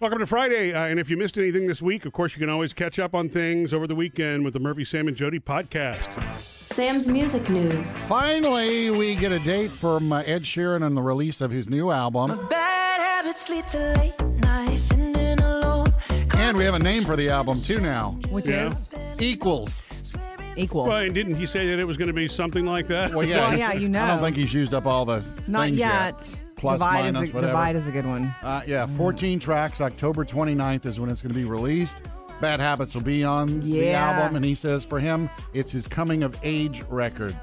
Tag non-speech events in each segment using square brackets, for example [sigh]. Welcome to Friday. Uh, and if you missed anything this week, of course, you can always catch up on things over the weekend with the Murphy, Sam, and Jody podcast. Sam's Music News. Finally, we get a date from uh, Ed Sheeran and the release of his new album. Bad habits lead to late nights and in alone. And we have a name for the album, too, now which Yeah. is Equals. equal. Well, and didn't he say that it was going to be something like that? Well, yeah, [laughs] Well, he's- yeah, you know. I don't think he's used up all the. Not things yet. Plus, divide minus, is a, whatever. divide is a good one. Uh, yeah, 14 tracks. October 29th is when it's going to be released. Bad Habits will be on the Yeah. album. And he says for him, it's his coming of age record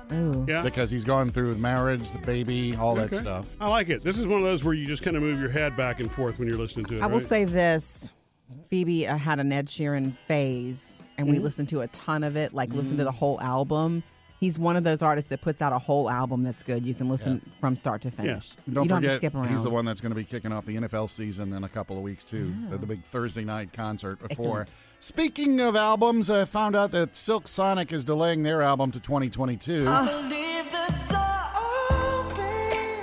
Yeah. because he's gone through marriage, the baby, all that stuff. I like it. This is one of those where you just kind of move your head back and forth when you're listening to it. I will right? say this. Phoebe uh, had an Ed Sheeran phase, and Mm-hmm. we listened to a ton of it, like listened Mm. to the whole album. He's one of those artists that puts out a whole album that's good. You can listen from start to finish. Don't you don't forget, have to skip around. Oh. he's the one that's going to be kicking off the NFL season in a couple of weeks too. The, the big Thursday night concert before. Excellent. Speaking of albums, I found out that Silk Sonic is delaying their album to 2022. Oh, Leave the door open.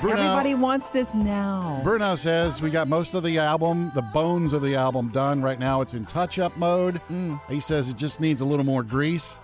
Bruno, Everybody wants this now. Bruno says we got most of the album, the bones of the album done. Right now, it's in touch-up mode. Mm. He says it just needs a little more grease.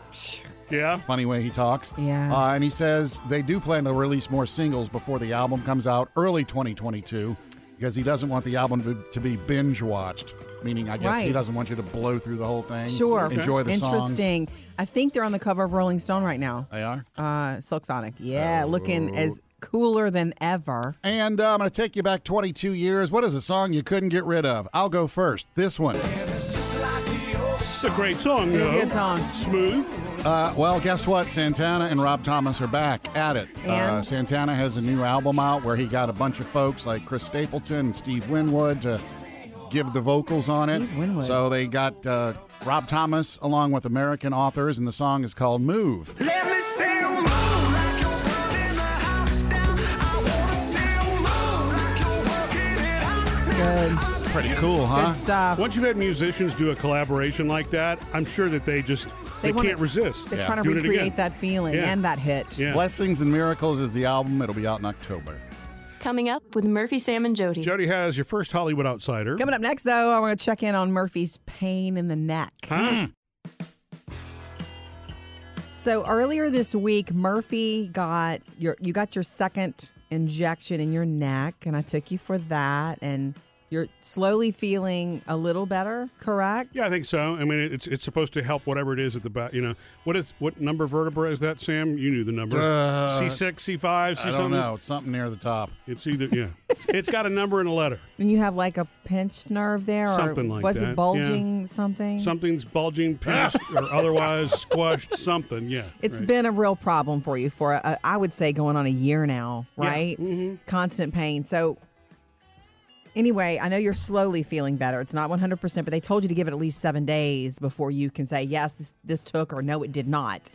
Yeah. funny way he talks. Yeah. Uh, and he says they do plan to release more singles before the album comes out early 2022 because he doesn't want the album to, to be binge watched, meaning, I guess, he Right. doesn't want you to blow through the whole thing. Sure. Enjoy the songs. Interesting. I think they're on the cover of Rolling Stone right now. They are. Uh, Silk Sonic. Yeah, Oh. looking as cooler than ever. And uh, I'm going to take you back 22 years. What is a song you couldn't get rid of? I'll go first. This one. It's a great song, It though. is a good song. Smooth. Uh, well, guess what? Santana and Rob Thomas are back at it. Uh, And? Santana has a new album out where he got a bunch of folks like Chris Stapleton and Steve Winwood to give the vocals on it. Steve Winwood. So they got uh, Rob Thomas along with American authors, and the song is called Move. Let me see you move like you're burning the house down. I wanna see you move like you're working it out. Good. Pretty cool, huh? Good stuff. Once you've had musicians do a collaboration like that, I'm sure that they just they, wanna- can't resist. They're Yeah. trying to Doing it again. recreate that feeling Yeah. and that hit. Yeah. Blessings and Miracles is the album. It'll be out in October. Coming up with Murphy, Sam, and Jody. Jody has your first Hollywood outsider. Coming up next, though, I want to check in on Murphy's pain in the neck. Huh? So earlier this week, Murphy got your you got your second injection in your neck, and I took you for that, and you're slowly feeling a little better, correct? Yeah, I think so. I mean, it's it's supposed to help whatever it is at the back. You know, what is what number vertebra is that, Sam? You knew the number. Uh, C six, C five, C I don't something. know. It's something near the top. It's either yeah. it's got a number and a letter. And you have like a pinched nerve there, Something or like was that, yeah. it bulging something? Something's bulging, [laughs] pinched, or otherwise squashed. Something. Yeah. It's It's been a real problem for you for uh, I would say going on a year now, Yeah. right? Mhm. Constant pain. So anyway, I know you're slowly feeling better. It's not 100%, but they told you to give it at least 7 days before you can say yes, this this took or no it did not.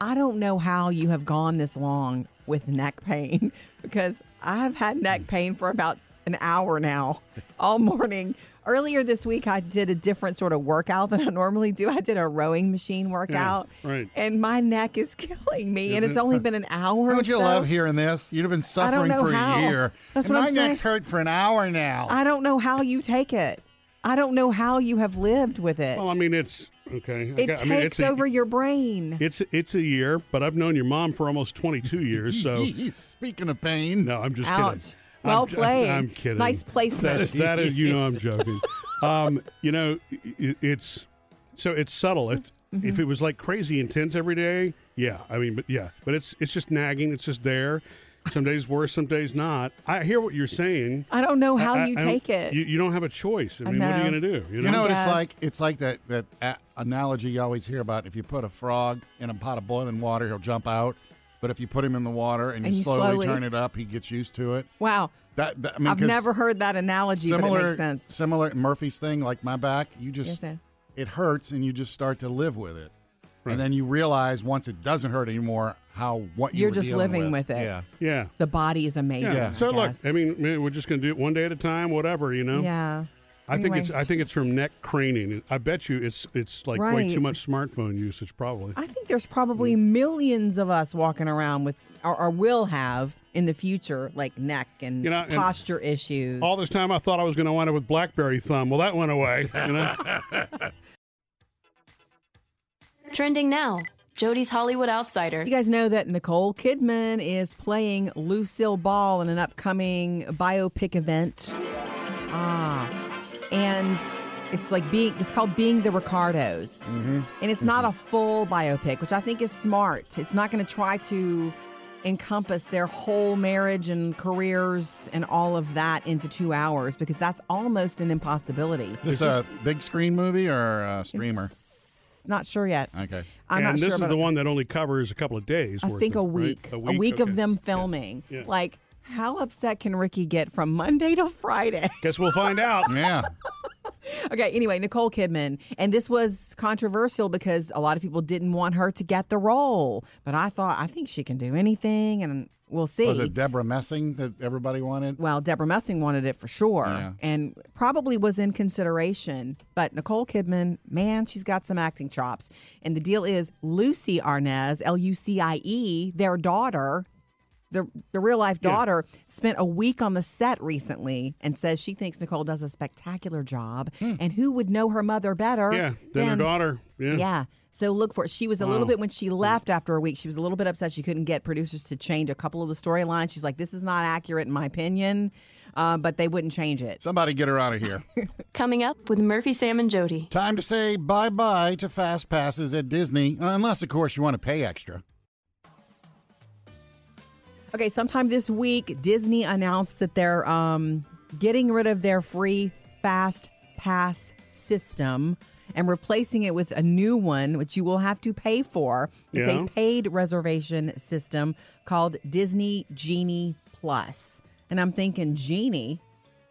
I don't know how you have gone this long with neck pain [laughs] because I've had neck Mm. pain for about an hour [laughs] now, all morning. Earlier this week, I did a different sort of workout than I normally do. I did a rowing machine workout, right. and my neck is [laughs] killing me, and Isn't it's it? only been an hour. or Don't you so. love hearing this? You'd have been suffering know for how. a year. That's and what my I'm neck's saying. hurt for an hour now. I don't know how you take it. I don't know how you have lived with it. Well, I mean, it's okay. I got- it takes I mean, it's a- over your brain. It's it's a year, but I've known your mom for almost 22 years. [laughs] So Speaking of pain, no, I'm just Ouch. kidding. Well I'm, j- played. I'm kidding. Nice placement. That's, that is, you know, I'm joking. um, you know, i- i it's so it's subtle. If Mm-hmm. if it was like crazy intense every day, yeah. I mean, but yeah, but it's it's just nagging. It's just there. Some days worse, some days not. I hear what you're saying. I don't know I- Oh, how I- you I don't- take it. You, you don't have a choice. I I mean, what are you know. going to do? You You know what it's guess. like? It's like that that a- analogy you always hear about. If you put a frog in a pot of boiling water, he'll jump out. But if you put him in the water and you, And you slowly, slowly- turn it up, he gets used to it. wow. That, that- I mean, I've 'cause never heard that analogy, similar, but it makes sense. Similar Murphy's thing, like my back, you Yes, just sir. it hurts and you just start to live with it, Right. and then you realize once it doesn't hurt anymore how what you You're were just dealing living with it. Yeah, Yeah. the body is amazing. Yeah. I So look, guess. I mean, man, we're just going to do it one day at a time, whatever, you know. yeah. I think it's Anyway, I think it's from neck craning. I bet you it's it's like way Right. too much smartphone usage probably. I think there's probably millions of us walking around with, or, or will have in the future, like neck and You know, and posture issues. All this time I thought I was going to wind up with BlackBerry thumb. Well, that went away. [laughs] You know? Trending now, Jody's Hollywood Outsider. You guys know that Nicole Kidman is playing Lucille Ball in an upcoming biopic event. Ah, and it's like being it's called Being the Ricardos, mm-hmm. and it's not a full biopic, which I think is smart. It's not going to try to encompass their whole marriage and careers and all of that into two hours because that's almost an impossibility. Is this a big screen movie or a streamer? It's not sure yet. Okay. I'm and not this sure is about the one that only covers a couple of days. I worth think of- a right? week, a week, okay. of them filming. Yeah. Like, how upset can Ricky get from Monday to Friday? [laughs] Guess we'll find out. Yeah. okay, anyway, Nicole Kidman. And this was controversial because a lot of people didn't want her to get the role. But I thought, I think she can do anything, and we'll see. Was it Deborah Messing that everybody wanted? well, Deborah Messing wanted it for sure Yeah. and probably was in consideration. But Nicole Kidman, man, she's got some acting chops. And the deal is Lucy Arnaz, L U C I E, their daughter, the, the real life daughter, spent a week on the set recently and says she thinks Nicole does a spectacular job. And who would know her mother better Hmm. Yeah, then her daughter. Yeah. yeah. So look for it. She was a Wow. little bit when she left after a week. She was a little bit upset she couldn't get producers to change a couple of the storylines. She's like, "This is not accurate in my opinion," uh, but they wouldn't change it. Somebody get her out of [laughs] here. Coming up with Murphy, Sam, and Jody. Time to say bye bye to fast passes at Disney, unless, of course, you want to pay extra. Okay, sometime this week, Disney announced that they're um, getting rid of their free fast pass system and replacing it with a new one, which you will have to pay for. It's Yeah. a paid reservation system called Disney Genie Plus. And I'm thinking, Genie?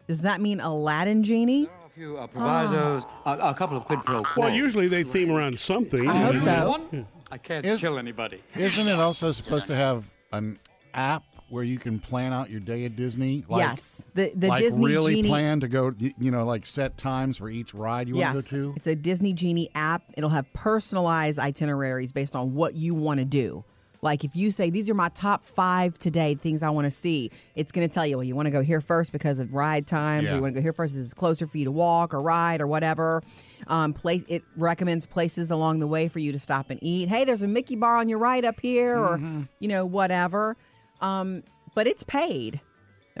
Does that mean Aladdin Genie? A few uh, provisos, a, a couple of quid pro quo. Well, usually they theme around something. I hope You so. know one? I can't Is- kill anybody. Isn't it also supposed to have an app where you can plan out your day at Disney? Like, yes. The, the like Disney really Genie. plan to go, you you know, like set times for each ride you want Yes, to go to? it's a Disney Genie app. It'll have personalized itineraries based on what you want to do. Like if you say these are my top five today things I want to see, it's going to tell you well you want to go here first because of ride times, or Yeah. you want to go here first. This is closer for you to walk or ride or whatever. Um, place it recommends places along the way for you to stop and eat. Hey, there's a Mickey bar on your right up here, Mm-hmm. or you know whatever. Um, but it's paid,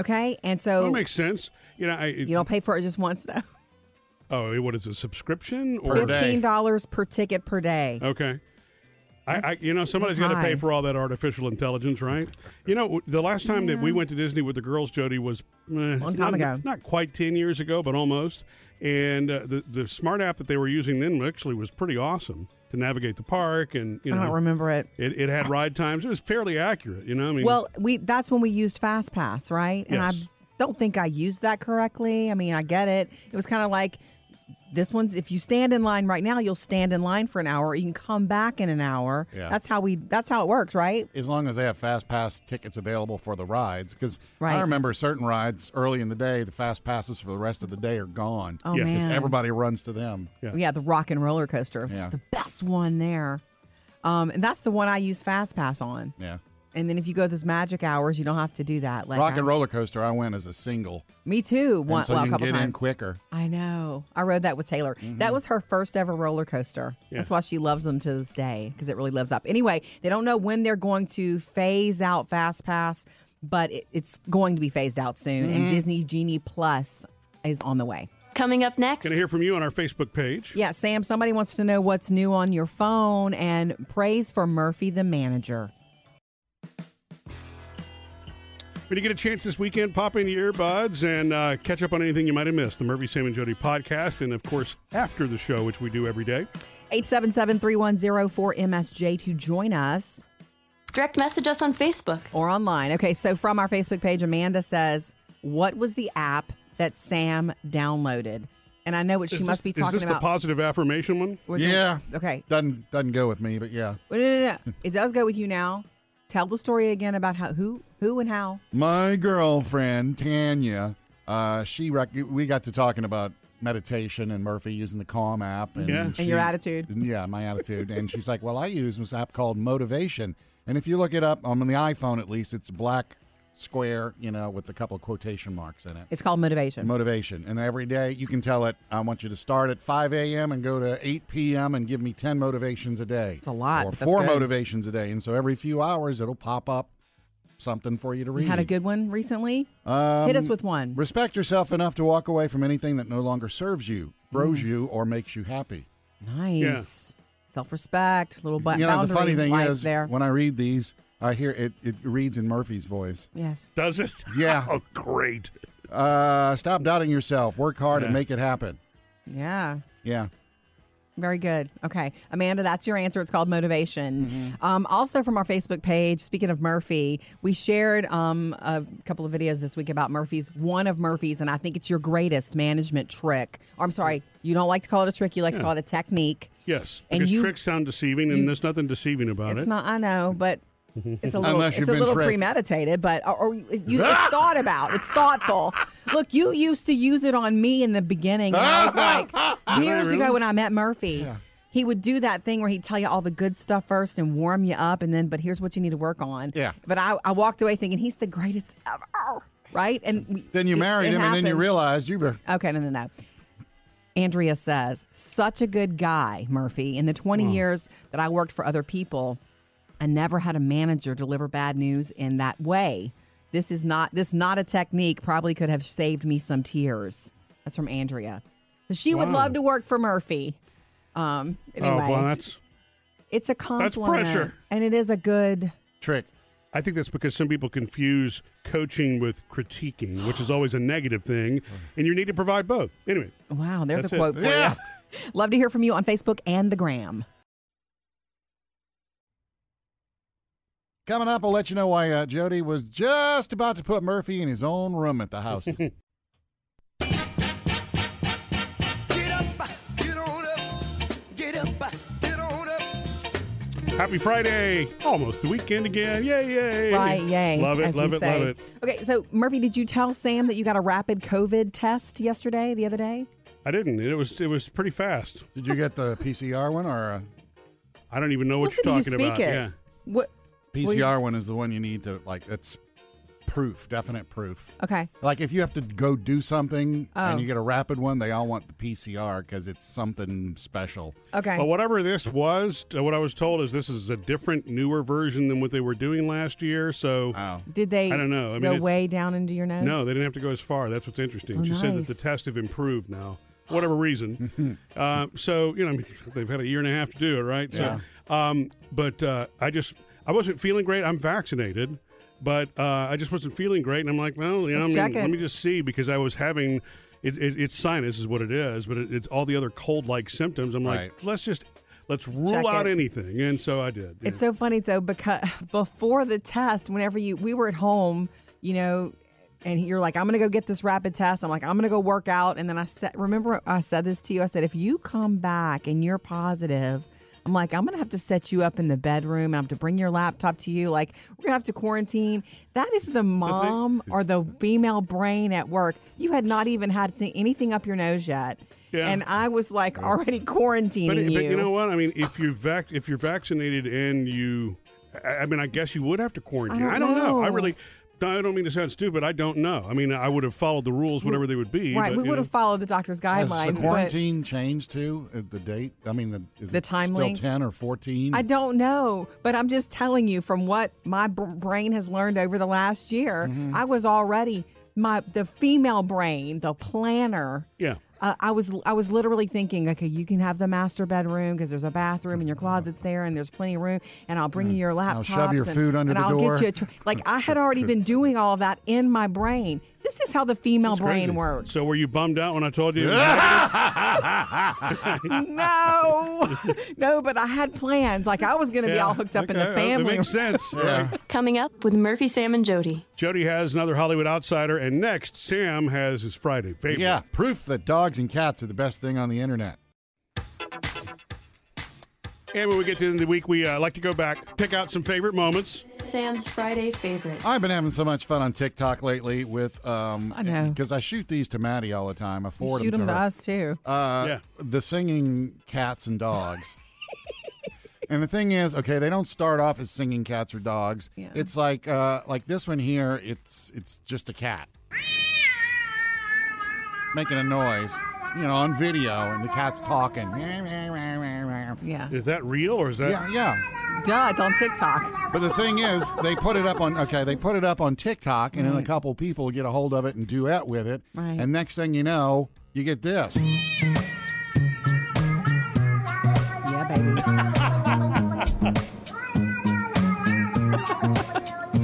okay? And so That makes sense. You know, I, you don't pay for it just once though. oh, what is it, subscription? Or Per day. Fifteen dollars per ticket per day. Okay. I, I, you know, somebody's got that's to pay high. for all that artificial intelligence, right? You know, w- the last time that we went to Disney with the girls, Jody, was eh, Long not, time ago. not quite ten years ago, but almost. And uh, the the smart app that they were using then actually was pretty awesome to navigate the park, and you I know, don't remember it. It, it had ride times. It was fairly accurate. You know, I mean, Well, we that's when we used Fast Pass, right? And Yes. I don't think I used that correctly. I mean, I get it. It was kind of like this one's if you stand in line right now, you'll stand in line for an hour. You can come back in an hour. Yeah. That's how we that's how it works, right? as long as they have fast pass tickets available for the rides because i Right. remember certain rides early in the day the fast passes for the rest of the day are gone Oh Yeah, 'cause man. everybody runs to them Yeah. Yeah, the rock and roller coaster. It's Yeah. the best one there. Um, and that's the one I use Fast Pass on. yeah And then if you go those magic hours, you don't have to do that. Like rock and I- roller coaster i went as a single Me too. One, and so well, you a can couple get times. in quicker I know. I rode that with Taylor. That was her first ever roller coaster. That's why she loves them to this day because it really lives up. Anyway, they don't know when they're going to phase out Fast Pass, but it, it's going to be phased out soon. And Disney Genie Plus is on the way. Coming up next, Can I hear from you on our Facebook page? Yeah, Sam, somebody wants to know what's new on your phone and praise for Murphy the manager. When you get a chance this weekend, pop in your earbuds and uh, catch up on anything you might have missed. The Murphy, Sam, and Jody podcast, and of course, after the show, which we do every day. 877 310 4MSJ to join us. direct message us on Facebook. or online. Okay, so from our Facebook page, Amanda says, "What was the app that Sam downloaded?" And I know what she Is must this- be talking Is this about. the positive affirmation one? We're doing- yeah Okay. doesn't doesn't go with me but yeah Wait, No, no, no. It does go with you now. Tell the story again about how, who, who, and how. my girlfriend tanya uh, she rec- we got to talking about meditation and Murphy using the Calm app. And, Yeah. And she- your attitude. [laughs] Yeah, my attitude. and she's like, well, I use this app called Motivation. And if you look it up on the iPhone, at least, it's black square, you know, with a couple of quotation marks in it. It's called motivation. Motivation. And every day you can tell it, I want you to start at 5 a.m. and go to 8 p.m. and give me 10 motivations a day. It's a lot, Or but that's four good. motivations a day. And so every few hours it'll pop up something for you to read. you had a good one recently. Um, Hit us with one. Respect yourself enough to walk away from anything that no longer serves you, Mm. grows you, or makes you happy. Nice. Self respect. Little bu- you know, the boundary funny thing life is, there. when I read these, I hear it, it reads in Murphy's [laughs] voice. yes. Does it? [laughs] Yeah. oh, great. Oh. Uh, stop doubting yourself, work hard, and Yeah. make it happen. Yeah. Yeah. Very good. Okay. Amanda, that's your answer. It's called motivation. Um, also, from our Facebook page, speaking of Murphy, we shared um, a couple of videos this week about Murphy's, one of Murphy's, and I think it's your greatest management trick. Or, I'm sorry, you don't like to call it a trick, you like to call it a technique. Yes, And because you- tricks sound deceiving, and there's nothing deceiving about It's it. not, I know, but. [laughs] It's a little, Unless you've it's a been little tricked. premeditated, but or, or you, [laughs] it's thought about. It's thoughtful. Look, you used to use it on me in the beginning. [laughs] And I was like, years ago when I met Murphy, he would do that thing where he'd tell you all the good stuff first and warm you up, and then, but here's what you need to work on. Yeah. But I, I walked away thinking he's the greatest ever, right? And we- Then you it- married it him, and then you happens. realized you were. Okay, no, no, no. Andrea says, such a good guy, Murphy. In the 20 Hmm. years that I worked for other people, I never had a manager deliver bad news in that way. This is not this not a technique. Probably could have saved me some tears. That's from Andrea. So she would Wow. love to work for Murphy. Um, anyway, oh, well, that's. it's a compliment, pressure. and it is a good. Trick. I think that's because some people confuse coaching with critiquing, which is always a negative thing, and you need to provide both. Anyway, Wow, there's That's a it. quote for Yeah. you. Love to hear from you on Facebook and the Gram. Coming up, I'll let you know why uh, Jody was just about to put Murphy in his own room at the [laughs] house. Get up, get on up, get up, get on up. happy Friday! Almost the weekend again. Yay, yay! Right, yay. Love it, as love we it, say. love it. Okay, so Murphy, did you tell Sam that you got a rapid COVID test yesterday, the other day? I didn't. It was it was pretty fast. Did you get the PCR one or uh, I don't even know what Listen you're to you talking speak about. it. Yeah. What? PCR one is the one you need to like? That's proof, definite proof. Okay. Like if you have to go do something Oh. and you get a rapid one, they all want the PCR because it's something special. Okay. Well, whatever this was, uh, what I was told is this is a different, newer version than what they were doing last year. So, Oh, Did they I don't know. I mean, go it's- way down into your nose? no, they didn't have to go as far. That's what's interesting. Oh, she said that nice. the tests have improved now, whatever [laughs] reason. uh, so, you know, I mean, they've had a year and a half to do it, right? So, um, but uh, I just, I wasn't feeling great. I'm vaccinated. But uh, I just wasn't feeling great, and I'm like, well, you know, I Let's mean, check it. let me just see because I was having, it, it, it's sinus is what it is, but it, it's all the other cold-like symptoms. I'm like, Right. let's just let's rule check out it. anything, and so I did. yeah. It's so funny though because [laughs] before the test, whenever you we were at home, you know, and you're like, I'm gonna go get this rapid test. I'm like, I'm gonna go work out, and then I said, remember I said this to you. I said, if you come back and you're positive. I'm like, I'm gonna have to set you up in the bedroom. I have to bring your laptop to you. Like, we're gonna have to quarantine. That is [laughs] the mom or the female brain at work. You had not even had to- anything up your nose yet, Yeah. and I was like already quarantining But, you. but you know what? I mean, if you're vac- if you're vaccinated and you, I, I mean, I guess you would have to quarantine. I I don't don't, know. I know. really, I don't mean to sound stupid. I don't know. I mean, I would have followed the rules, whatever they would be. right? but, we you would know. have followed the doctor's has guidelines. the but- quarantine changed too? Uh, The date? I mean, the, is The it time still length? ten or fourteen? I don't know, but I'm just telling you from what my br- brain has learned over the last year. Mm-hmm. I was already my the female brain, the planner. Yeah. Uh, I was I was literally thinking, okay, you can have the master bedroom because there's a bathroom and Mm-hmm. your closet's there and there's plenty of room, and I'll bring you your laptops. Mm. shove your and, food under and the I'll door. Get you a tr- like [laughs] I had already been doing all that in my brain. This is how the female It's crazy. brain works. So were you bummed out when I told [laughs] you? no, [laughs] no, but I had plans. Like I was going to be Yeah. all hooked up in Okay. the family. It makes [laughs] sense. Yeah. Coming up with Murphy, Sam, and Jody. Jody has another Hollywood outsider, and next Sam has his Friday favorite. Yeah, proof that dogs and cats are the best thing on the internet. And when we get to the end of the week, we uh, like to go back, pick out some favorite moments. Sam's Friday favorite. I've been having so much fun on TikTok lately with um I know. because I shoot these to Maddie all the time. I forward Shoot them them to her. us too. Uh, Yeah. the singing cats and [laughs] dogs. and the thing is, okay, they don't start off as singing cats or dogs. Yeah. It's like uh, like this one here. It's it's just a cat making a noise, you know, on video, and the cat's talking. [laughs] Yeah, yeah. Is that real or is that? yeah. Duh, it's on TikTok. But the thing is, they put it up on okay, they put it up on TikTok, and then a couple people get a hold of it and duet with it. Right. And next thing you know, you get this. Yeah, [laughs] baby.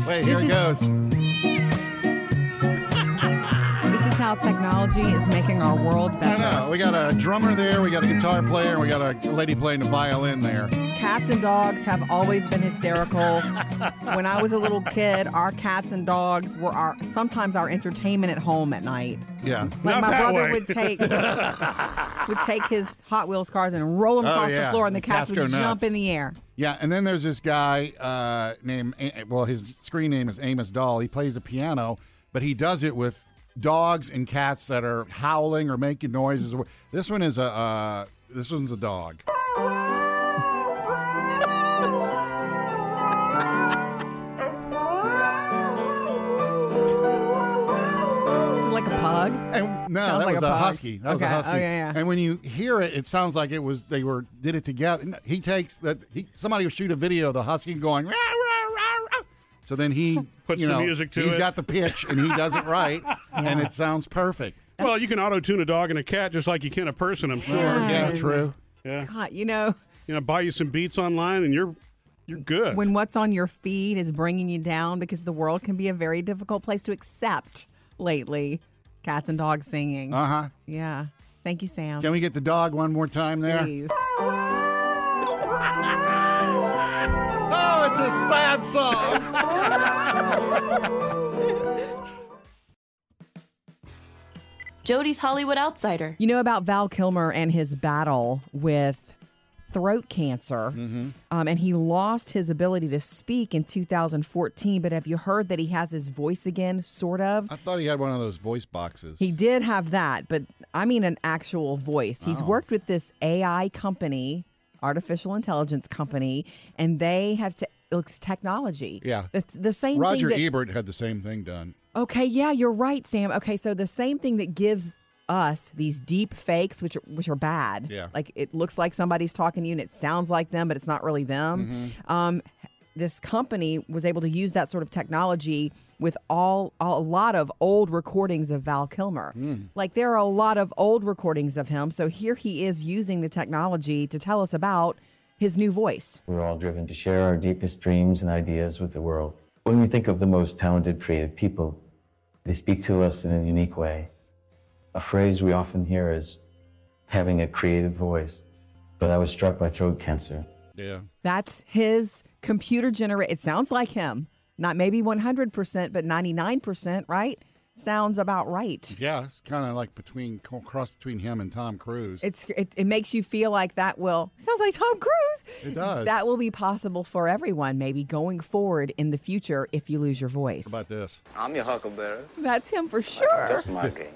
Wait, This here it is- goes. this is how technology is making our world I better. know. We got a drummer there, we got a guitar player, and we got a lady playing the violin there. Cats and dogs have always [laughs] been hysterical. when I was a little kid, our cats and dogs were our sometimes our entertainment at home at night. Yeah. Like Not my that brother way. [laughs] would take would take his Hot Wheels cars and roll them Oh, across yeah. the floor, and the The cats cats go would nuts. jump in the air. Yeah, and then there's this guy uh, named, A- well, his screen name is Amos Dahl. He plays the piano, but he does it with dogs and cats that are howling or making noises. This one is a, uh, this one's a dog. Like a pug. And no, Sounds that like was a a, pug. husky. That was a Okay. Oh, husky. yeah, yeah. And when you hear it, it sounds like it was they were did it together. No, He takes that. He somebody will shoot a video of the husky going. Rah, rah, rah, rah. So then [laughs] he Puts you the know, music to He's it. got the pitch and he does it right, and it sounds perfect. Well, you can auto tune a dog and a cat just like you can a person, I'm sure. Yeah, true. God, you know You know, buy you some beats online and you're you're good. when what's on your feed is bringing you down because the world can be a very difficult place to accept lately. Cats and dogs singing. Uh huh. yeah. Thank you, Sam. Can we get the dog one more time there? Please. Oh, it's a sad song. [laughs] Jody's Hollywood Outsider. You know about Val Kilmer and his battle with throat cancer, um, and he lost his ability to speak in 2014. But have you heard that he has his voice again? Sort of. I thought he had one of those voice boxes. He did have that, but I mean an actual voice. He's Oh. worked with this AI company, artificial intelligence company, and they have te- it's technology. Yeah. it's the same. Roger thing that, Ebert had the same thing done. Okay, yeah, you're right, Sam. Okay, so the same thing that gives us these deep fakes, which are, which are bad. Yeah. like it looks like somebody's talking to you and it sounds like them, but it's not really them. Um, this company was able to use that sort of technology with all, all a lot of old recordings of Val Kilmer. Like there are a lot of old recordings of him, so here he is using the technology to tell us about his new voice. We're all driven to share our deepest dreams and ideas with the world. When we think of the most talented creative people, they speak to us in a unique way. A phrase we often hear is having a creative voice, but I was struck by throat cancer. Yeah. That's his computer generate. It sounds like him. Not maybe 100%, but 99%, right? Sounds about right. Yeah, it's kind of like between cross between him and Tom Cruise. It's it, it makes you feel like that will sounds like Tom Cruise. It does. That will be possible for everyone maybe going forward in the future if you lose your voice. How about this? I'm your huckleberry. That's him for sure. My dreams.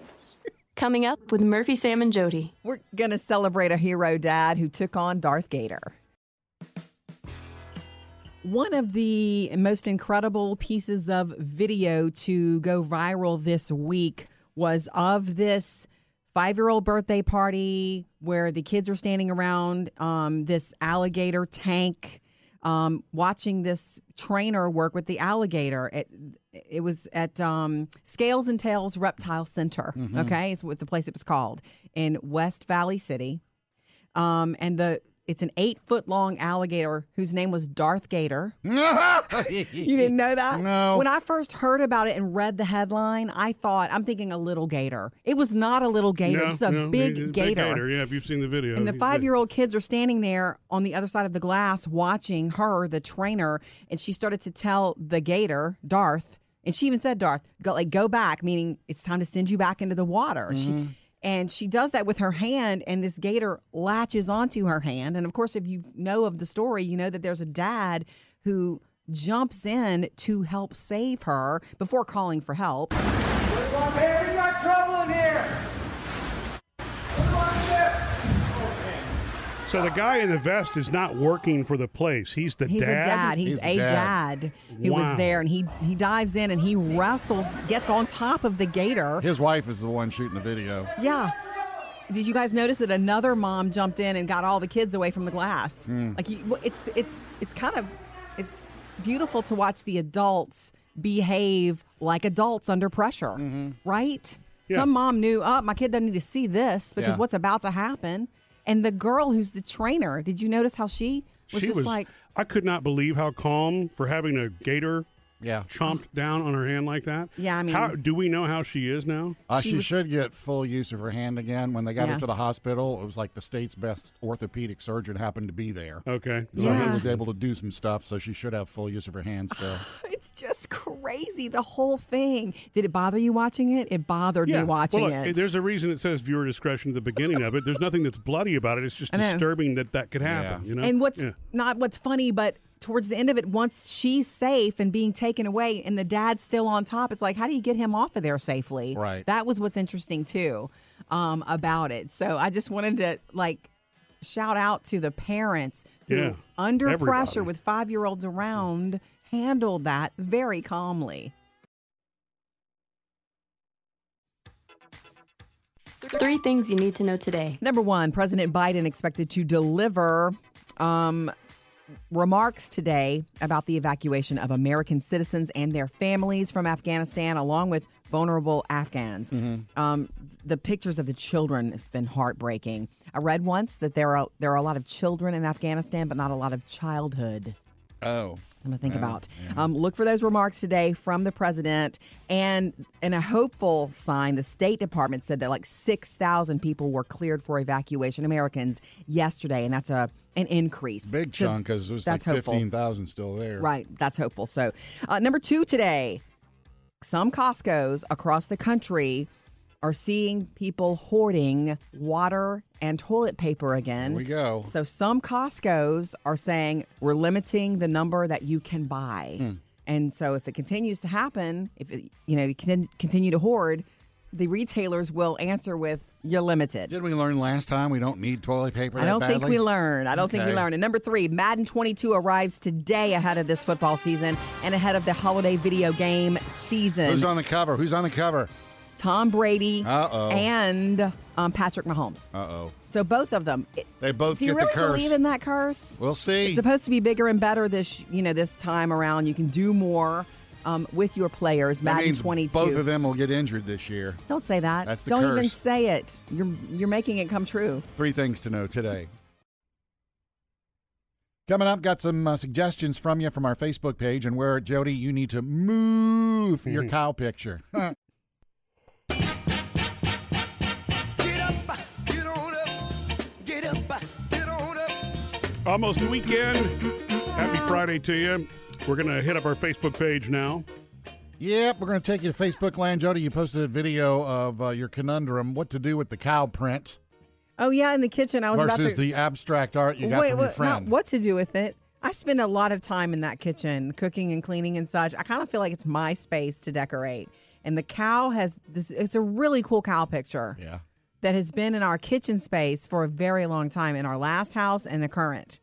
Coming up with Murphy, Sam, and Jody. We're going to celebrate a hero dad who took on Darth Gator. One of the most incredible pieces of video to go viral this week was of this five year old birthday party where the kids are standing around um, this alligator tank. Um, watching this trainer work with the alligator. It, it was at um, Scales and Tails Reptile Center. Okay, is what the place it was called in West Valley City. Um, and the it's an eight foot long alligator whose name was Darth Gator. [laughs] You didn't know [laughs] that? No. When I first heard about it and read the headline, I thought I'm thinking a little gator. It was not a little gator. it's a big, it's a gator. Yeah, if you've seen the video. And the He's five big. year old kids are standing there on the other side of the glass watching her, the trainer, and she started to tell the gator, Darth, and she even said, Darth, go like go back, meaning it's time to send you back into the water. She And she does that with her hand, and this gator latches onto her hand. And of course, if you know of the story, you know that there's a dad who jumps in to help save her before calling for help. We got trouble in here. So the guy in the vest is not working for the place. He's the He's dad. a dad. He's, He's a dad. dad, who Wow. was there, and he he dives in and he wrestles, gets on top of the [laughs] gator. His wife is the one shooting the video. Yeah. Did you guys notice that another mom jumped in and got all the kids away from the glass? Like you, well, it's it's it's kind of it's beautiful to watch the adults behave like adults under pressure, right? Yeah. Some mom knew, oh, my kid doesn't need to see this because Yeah. what's about to happen. And the girl who's the trainer, did you notice how she was she just was like, I could not believe how calm for having a gator Yeah. chomped down on her hand like that. Yeah, I mean- how do we know how she is now? Uh, She she was- should get full use of her hand again. When they got her Yeah. to the hospital, it was like the state's best orthopedic surgeon happened to be there. Okay, So he Yeah. was able to do some stuff, so she should have full use of her hands still. [sighs] [laughs] it's just crazy, the whole thing. Did it bother you watching it? It bothered yeah. me watching well, look, it. There's a reason it says viewer discretion at the beginning of it. There's nothing that's bloody about it. It's just I know. disturbing that that could happen. Yeah. You know. And what's Yeah. not what's funny, but towards the end of it, once she's safe and being taken away, and the dad's still on top, it's like, how do you get him off of there safely? Right. That was what's interesting too um, about it. So I just wanted to like shout out to the parents who, Yeah. under Everybody. pressure with five year olds around, handled that very calmly. Three things you need to know today. Number one, President Biden expected to deliver um, remarks today about the evacuation of American citizens and their families from Afghanistan, along with vulnerable Afghans. Um, the pictures of the children has been heartbreaking. I read once that there are there are a lot of children in Afghanistan, but not a lot of childhood. Oh. I'm going to think about. Um, look for those remarks today from the president. And in a hopeful sign, the State Department said that like 6,000 people were cleared for evacuation, Americans, yesterday. And that's a an increase. Big So chunk, because it was like that's hopeful. 15,000 still there. Right. That's hopeful. So, uh, number two today, some Costco's across the country are seeing people hoarding water and toilet paper again. Here we go. So some Costco's are saying we're limiting the number that you can buy. Hmm. And so if it continues to happen, if it, you know you can continue to hoard, the retailers will answer with you're limited. Did we learn last time we don't need toilet paper? I that don't think badly? we learn. I don't think we Okay. learn. And number three, Madden 22 arrives today ahead of this football season and ahead of the holiday video game season. Who's on the cover? Who's on the cover? Tom Brady Uh-oh. and um, Patrick Mahomes. Uh oh. So both of them. It- They both do you get the really curse. believe in that curse? We'll see. It's supposed to be bigger and better this, you know, this time around. You can do more um, with your players. that Madden means 22. both of them will get injured this year. Don't say that. That's the Don't even curse. say it. You're you're making it come true. Three things to know today. Coming up, got some uh, suggestions from you from our Facebook page and where, Jody, you need to move your cow picture. Get up, get on up, get up, get on up. Almost weekend. Happy Friday to you. We're gonna hit up our Facebook page now. yep, we're going to take you to Facebook land. Jody, you posted a video of uh, your conundrum, what to do with the cow print Oh yeah, in the kitchen I was about versus to the abstract art you got wait, from what, your friend. not what to do with it. I spend a lot of time in that kitchen cooking and cleaning and such. I kind of feel like it's my space to decorate. And the cow has this it's a really cool cow picture Yeah. that has been in our kitchen space for a very long time in our last house and the current.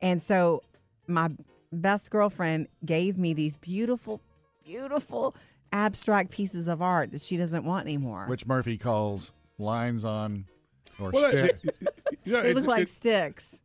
And so my best girlfriend gave me these beautiful, beautiful abstract pieces of art that she doesn't want anymore. Which Murphy calls lines on or Well, sti- [laughs] you know, they it's- look like it- sticks.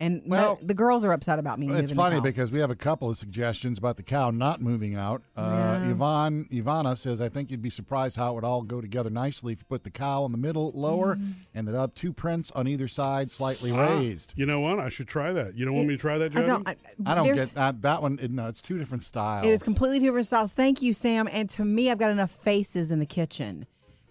And my- Well, the girls are upset about me. Well, moving It's the funny cow. because we have a couple of suggestions about the cow not moving out. Uh, Yvonne Ivana says, "I think you'd be surprised how it would all go together nicely if you put the cow in the middle, lower, Mm. and the other two prints on either side, slightly Ah, raised." You know what? I should try that. You don't want me to try that, I Jody? don't. I, I don't there's- get that. That one, it- no, it's two different styles. It is completely two different styles. Thank you, Sam. And to me, I've got enough faces in the kitchen.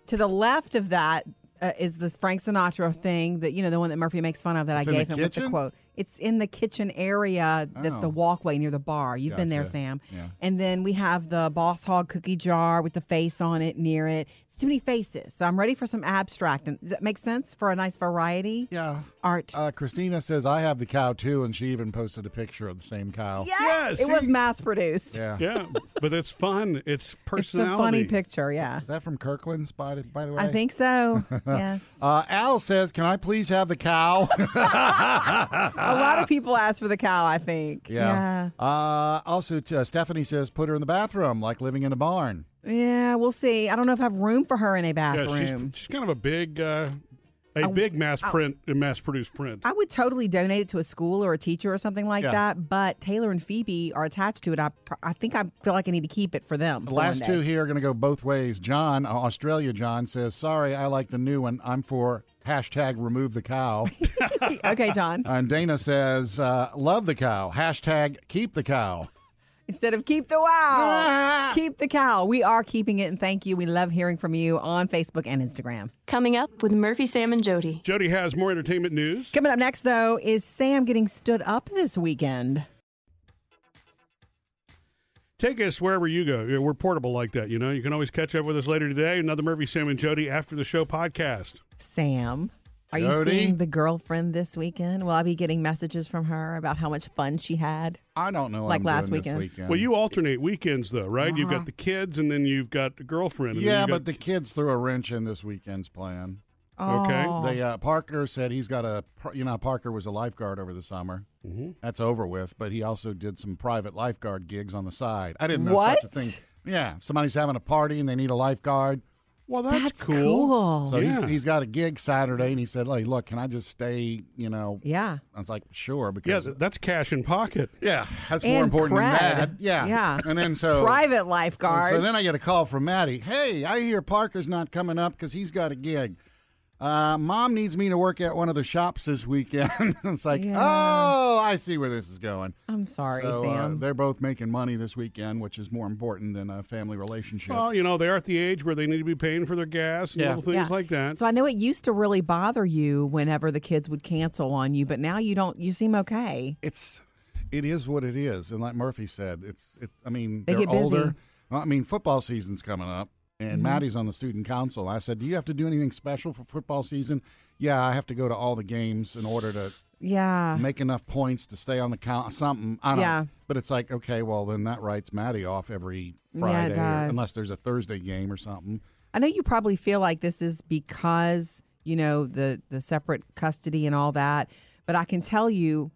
To the left of that, uh, is the Frank Sinatra thing that you know the one that Murphy makes fun of that It's I in the gave him with the kitchen? quote. It's in the kitchen area. That's the Oh. walkway near the bar. You've been there, Gotcha. Sam. Yeah. And then we have the Boss Hog cookie jar with the face on it near it. It's too many faces, so I'm ready for some abstract. And does that make sense for a nice variety Yeah. art? Uh, Christina says, I have the cow too, and she even posted a picture of the same cow. yes, yeah, it was see? mass produced. Yeah. Yeah, but it's fun. It's [laughs] It's a funny personality. picture. Yeah, Is that from Kirkland's, by the, by the way? I think [laughs] so. yes. Uh, Al says, Can I please have the [laughs] cow? a lot of people ask for the cow, I think. yeah. Uh, also, t- uh, Stephanie says, Put her in the bathroom, like living in a barn. Yeah. Yeah, we'll see. I don't know if I have room for her in a Yeah, bathroom. she's, she's kind of a big, uh, a big mass print, mass produced print. I would totally donate it to a school or a teacher or something like Yeah. that, but Taylor and Phoebe are attached to it. I, pr- I think I feel like I need to keep it for them. The for last one two day. here are going to go both ways. John, uh, Australia John says, Sorry, I like the new one. I'm for hashtag remove the [laughs] cow. okay, [laughs] John. and Dana says, uh, Love the cow. Hashtag keep the cow. Instead of keep the [laughs] wow, keep the cow. We are keeping it, and thank you. We love hearing from you on Facebook and Instagram. Coming up with Murphy, Sam, and Jody. Jody has more entertainment news. Coming up next, though, is Sam getting stood up this weekend. Take us wherever you go. Yeah, We're portable like that, you know. You can always catch up with us later today. Another Murphy, Sam, and Jody after the show podcast. Sam, are you Jody? seeing the girlfriend this weekend? Will I be getting messages from her about how much fun she had? I don't know. What Like I'm last doing weekend. This weekend. Well, you alternate weekends though, right? You've Uh-huh. got the kids, and then you've got the girlfriend. And then Yeah, you've but got- the kids threw a wrench in this weekend's plan. Okay. Oh. They uh, Parker said he's got a you know Parker was a lifeguard over the summer. Mm-hmm. That's over with. But he also did some private lifeguard gigs on the side. I didn't know such a What? thing. Yeah, if somebody's having a party and they need a lifeguard. well, that's, That's cool. cool. So Oh, Yeah. he's, he's got a gig Saturday, and he said, "Like, look, can I just stay?" You know, Yeah. I was like, "Sure," Yeah, because th- that's cash in pocket. yeah, that's And more important cred. than that. Yeah, Yeah. And then so [laughs] Private And lifeguard. So then I get a call from Maddie. Hey, I hear Parker's not coming up because he's got a gig. Uh, Mom needs me to work at one of the shops this weekend. [laughs] it's like, Yeah. oh, I see where this is going. I'm sorry, So, uh, Sam. they're both making money this weekend, which is more important than a family relationship. Well, you know, they are at the age where they need to be paying for their gas and Yeah. little things Yeah. like that. So I know it used to really bother you whenever the kids would cancel on you, but now you don't. You seem okay. it's it is what it is, and like Murphy said, it's it. I mean, They are get busy. Mm-hmm. older. Well, I mean, football season's coming up, and Maddie's on the student council. I said, "Do you have to do anything special for football season?" Yeah, I have to go to all the games in order to Yeah. make enough points to stay on the count. Something I don't. Yeah. Know. But it's like okay, well then that writes Maddie off every Yeah, it Friday, or- does. unless there's a Thursday game or something. I know you probably feel like this is because you know the the separate custody and all that, but I can tell you.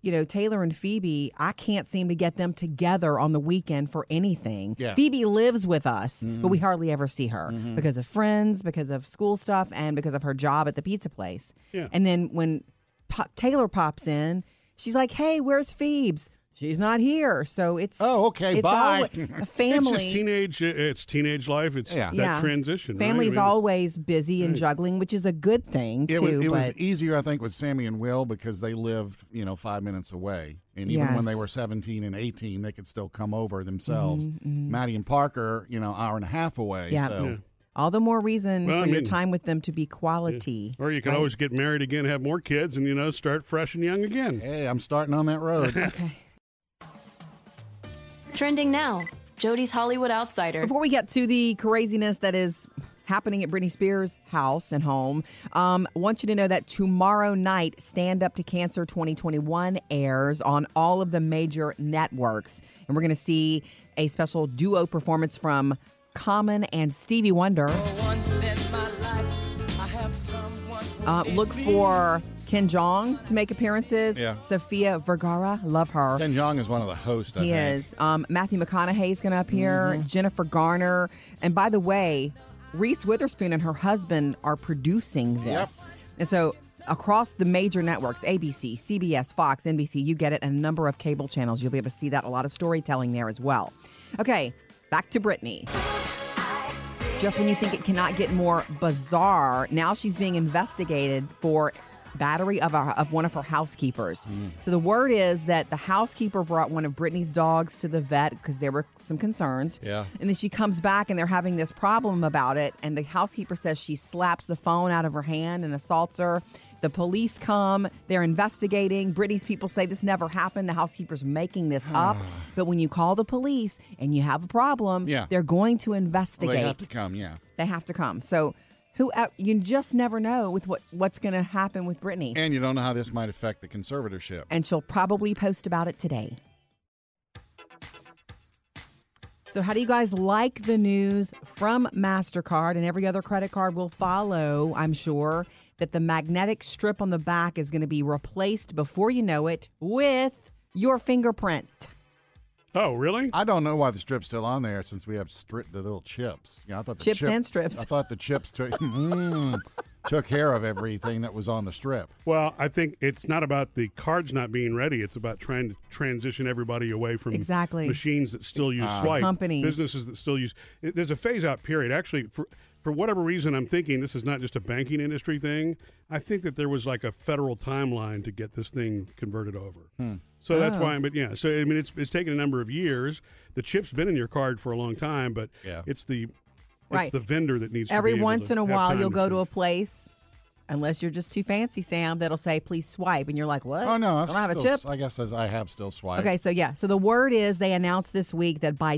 You know, Taylor and Phoebe, I can't seem to get them together on the weekend for anything. Yeah. Mm-hmm. Phoebe lives with us, but we hardly ever see her because of friends, because of school stuff, and because of her job at the pizza place. Yeah. And then when po- Taylor pops in, she's like, "Hey, where's Phoebe's? She's not here." So it's Oh, okay, it's bye. alwa- [laughs] It's the just family. It's just teenage. It's teenage life. It's Yeah. that Yeah. transition. right? I Family's mean- always busy and juggling, which is a good thing It, too. was, it but e- was easier, I think, with Sammy and Will because they lived, you know, five minutes away, and even Yes. when they were seventeen and eighteen, they could still come over themselves. Maddie and Parker, you know, hour and a half away. Mm-hmm, Yeah. So. Yeah. all the more reason Well, for I your mean- time with them to be quality. Or you can always get married again, have more kids, and you know, start fresh and young again. Hey, I'm starting on that [laughs] road. Okay. Trending now Jody's Hollywood Outsider. Before we get to the craziness that is happening at Britney Spears' house and home, um, I want you to know that tomorrow night, Stand Up to Cancer 2021 airs on all of the major networks. And we're going to see a special duo performance from Common and Stevie Wonder. Uh, look for Ken Jong to make appearances. Yeah. Sophia Vergara, love her. Ken Jong is one of the hosts. I He think. is. Um, Matthew McConaughey's going to appear. Jennifer Garner, and by the way, Reese Witherspoon and her husband are producing this, and so across the major networks abc cbs fox nbc you get it and a number of cable channels you'll be able to see that a lot of storytelling there as well okay back to brittany just when you think it cannot get more bizarre, now she's being investigated for battery of, our, of one of her housekeepers. Hmm. So the word is that the housekeeper brought one of Brittany's dogs to the vet because there were some concerns. Yeah. And then she comes back and they're having this problem about it. And the housekeeper says she slaps the phone out of her hand and assaults her. The police come, they're investigating. Brittany's people say this never happened. The housekeeper's making this [sighs] up. But when you call the police and you have a problem, Yeah. they're going to Well, investigate. they have to come, yeah. They have to come. So who you just never know with what, what's going to happen with Brittany. And you don't know how this might affect the conservatorship. and she'll probably post about it today. So, how do you guys like the news from MasterCard and every other credit card will follow? I'm sure that the magnetic strip on the back is going to be replaced before you know it with your fingerprint. Oh, really? I don't know why the strip's still on there since we have stri- the little chips. You know, I thought the Chips chip- and strips. I thought the chips took [laughs] mm, took care of everything that was on the strip. Well, I think it's not about the cards not being ready. It's about trying to transition everybody away from Exactly. Ah. machines that still use swipe, Companies. businesses that still use. it- There's a phase out period. Actually, for for whatever reason, I'm thinking this is not just a banking industry thing. I think that there was like a federal timeline to get this thing converted over. Hmm. So that's Oh. why. But yeah, so I mean, it's it's taken a number of years. The chip's been in your card for a long time, but Yeah. it's the it's Right. the vendor that needs Every to be able once to in a have while, time you'll go fix to a place, unless you're just too fancy, Sam, that'll say, please swipe. And you're like, what? Oh no, I I've don't have a still- chip. I guess as I have still swiped. Okay, so yeah, so the word is they announced this week that by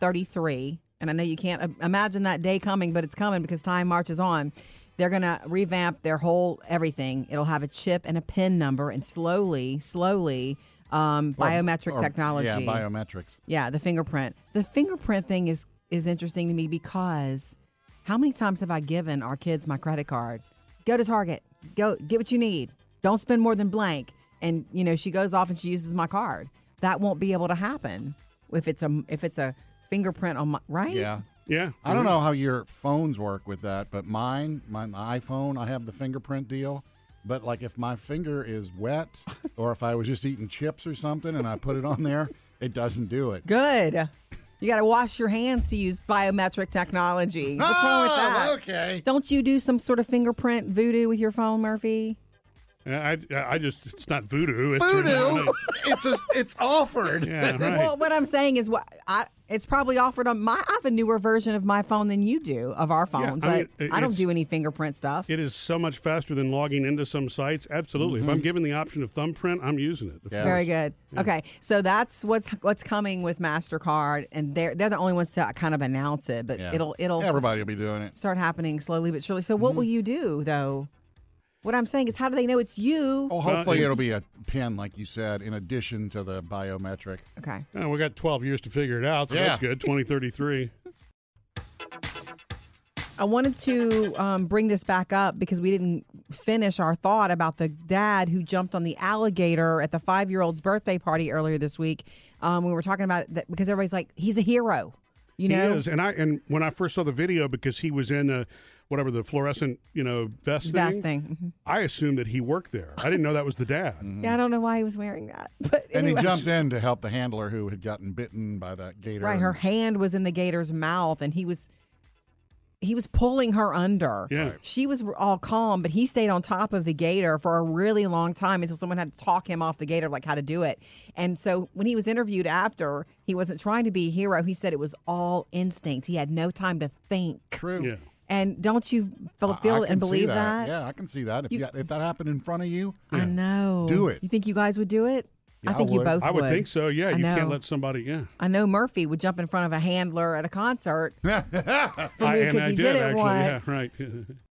2033, and I know you can't uh, imagine that day coming, but it's coming because time marches on. They're going to revamp their whole everything. It'll have a chip and a PIN number, and slowly, slowly, um, Or- biometric or- technology. Yeah, biometrics. Yeah, the fingerprint. The fingerprint thing is is interesting to me because how many times have I given our kids my credit card? Go to Target. Go get what you need. Don't spend more than blank. And you know, she goes off and she uses my card. That won't be able to happen if it's a if it's a fingerprint on my right. Yeah. it. Yeah, I don't know how your phones work with that, but mine, my, my iPhone, I have the fingerprint deal. But like if my finger is wet [laughs] or if I was just eating chips or something and I put it on there, it doesn't do it. Good. You got to wash your hands to use biometric technology. What's wrong with that? Oh, okay. Don't you do some sort of fingerprint voodoo with your phone, Murphy? I, I just it's not voodoo. It's Voodoo. [laughs] it's a, it's offered. Yeah, right. Well, what I'm saying is, what I it's probably offered on my. I have a newer version of my phone than you do of our phone, I but I, mean, it- don't it's- do any fingerprint stuff. It is so much faster than logging into some sites. Absolutely. If I'm Mm-hmm. given the option of thumbprint, I'm using it. Yeah. Very good. Okay, so that's what's what's coming with Mastercard, and they're they're the only ones to kind of announce it, but Yeah. it'll it'll Everybody will be Mm-hmm. doing it. start happening slowly but surely. So what will you do though? What I'm saying is, how do they know it's you? Oh, hopefully it's- it'll be a pin, like you said, in addition to the biometric. Okay, Oh, we got 12 years to figure it out, so that's Yeah. good. 2033. I wanted to um, bring this back up because we didn't finish our thought about the dad who jumped on the alligator at the five year old's birthday party earlier this week. Um, we were talking about that because everybody's like, he's a hero, [laughs] you know? He is. And I and when I first saw the video, because he was in a whatever the fluorescent, you know, vest thing. Vest thing. Mm-hmm. Mhm. I assumed that he worked there. I didn't know that was the dad. Yeah, I don't know why he was wearing that. [laughs] But And anyway. he jumped in to help the handler who had gotten bitten by that gator. Right, her and- hand was in the gator's mouth, and he was he was pulling her under. Yeah. she was all calm, but he stayed on top of the gator for a really long time until someone had to talk him off the gator, like how to do it. And so when he was interviewed after, he wasn't trying to be a hero. He said it was all instinct. He had no time to think. True. Yeah. And don't you I- feel, I feel can and see believe that? that. Yeah, I can see that. If, you, if that happened in front of [laughs] you, I know. Do it. You think you guys would do it? I I think you would. both I would would think so. Yeah. I You can't know. let somebody, yeah. I know Murphy would jump in front of a handler at a concert. I mean, I, and 'cause I did, he did it actually. once. Yeah, right. [laughs]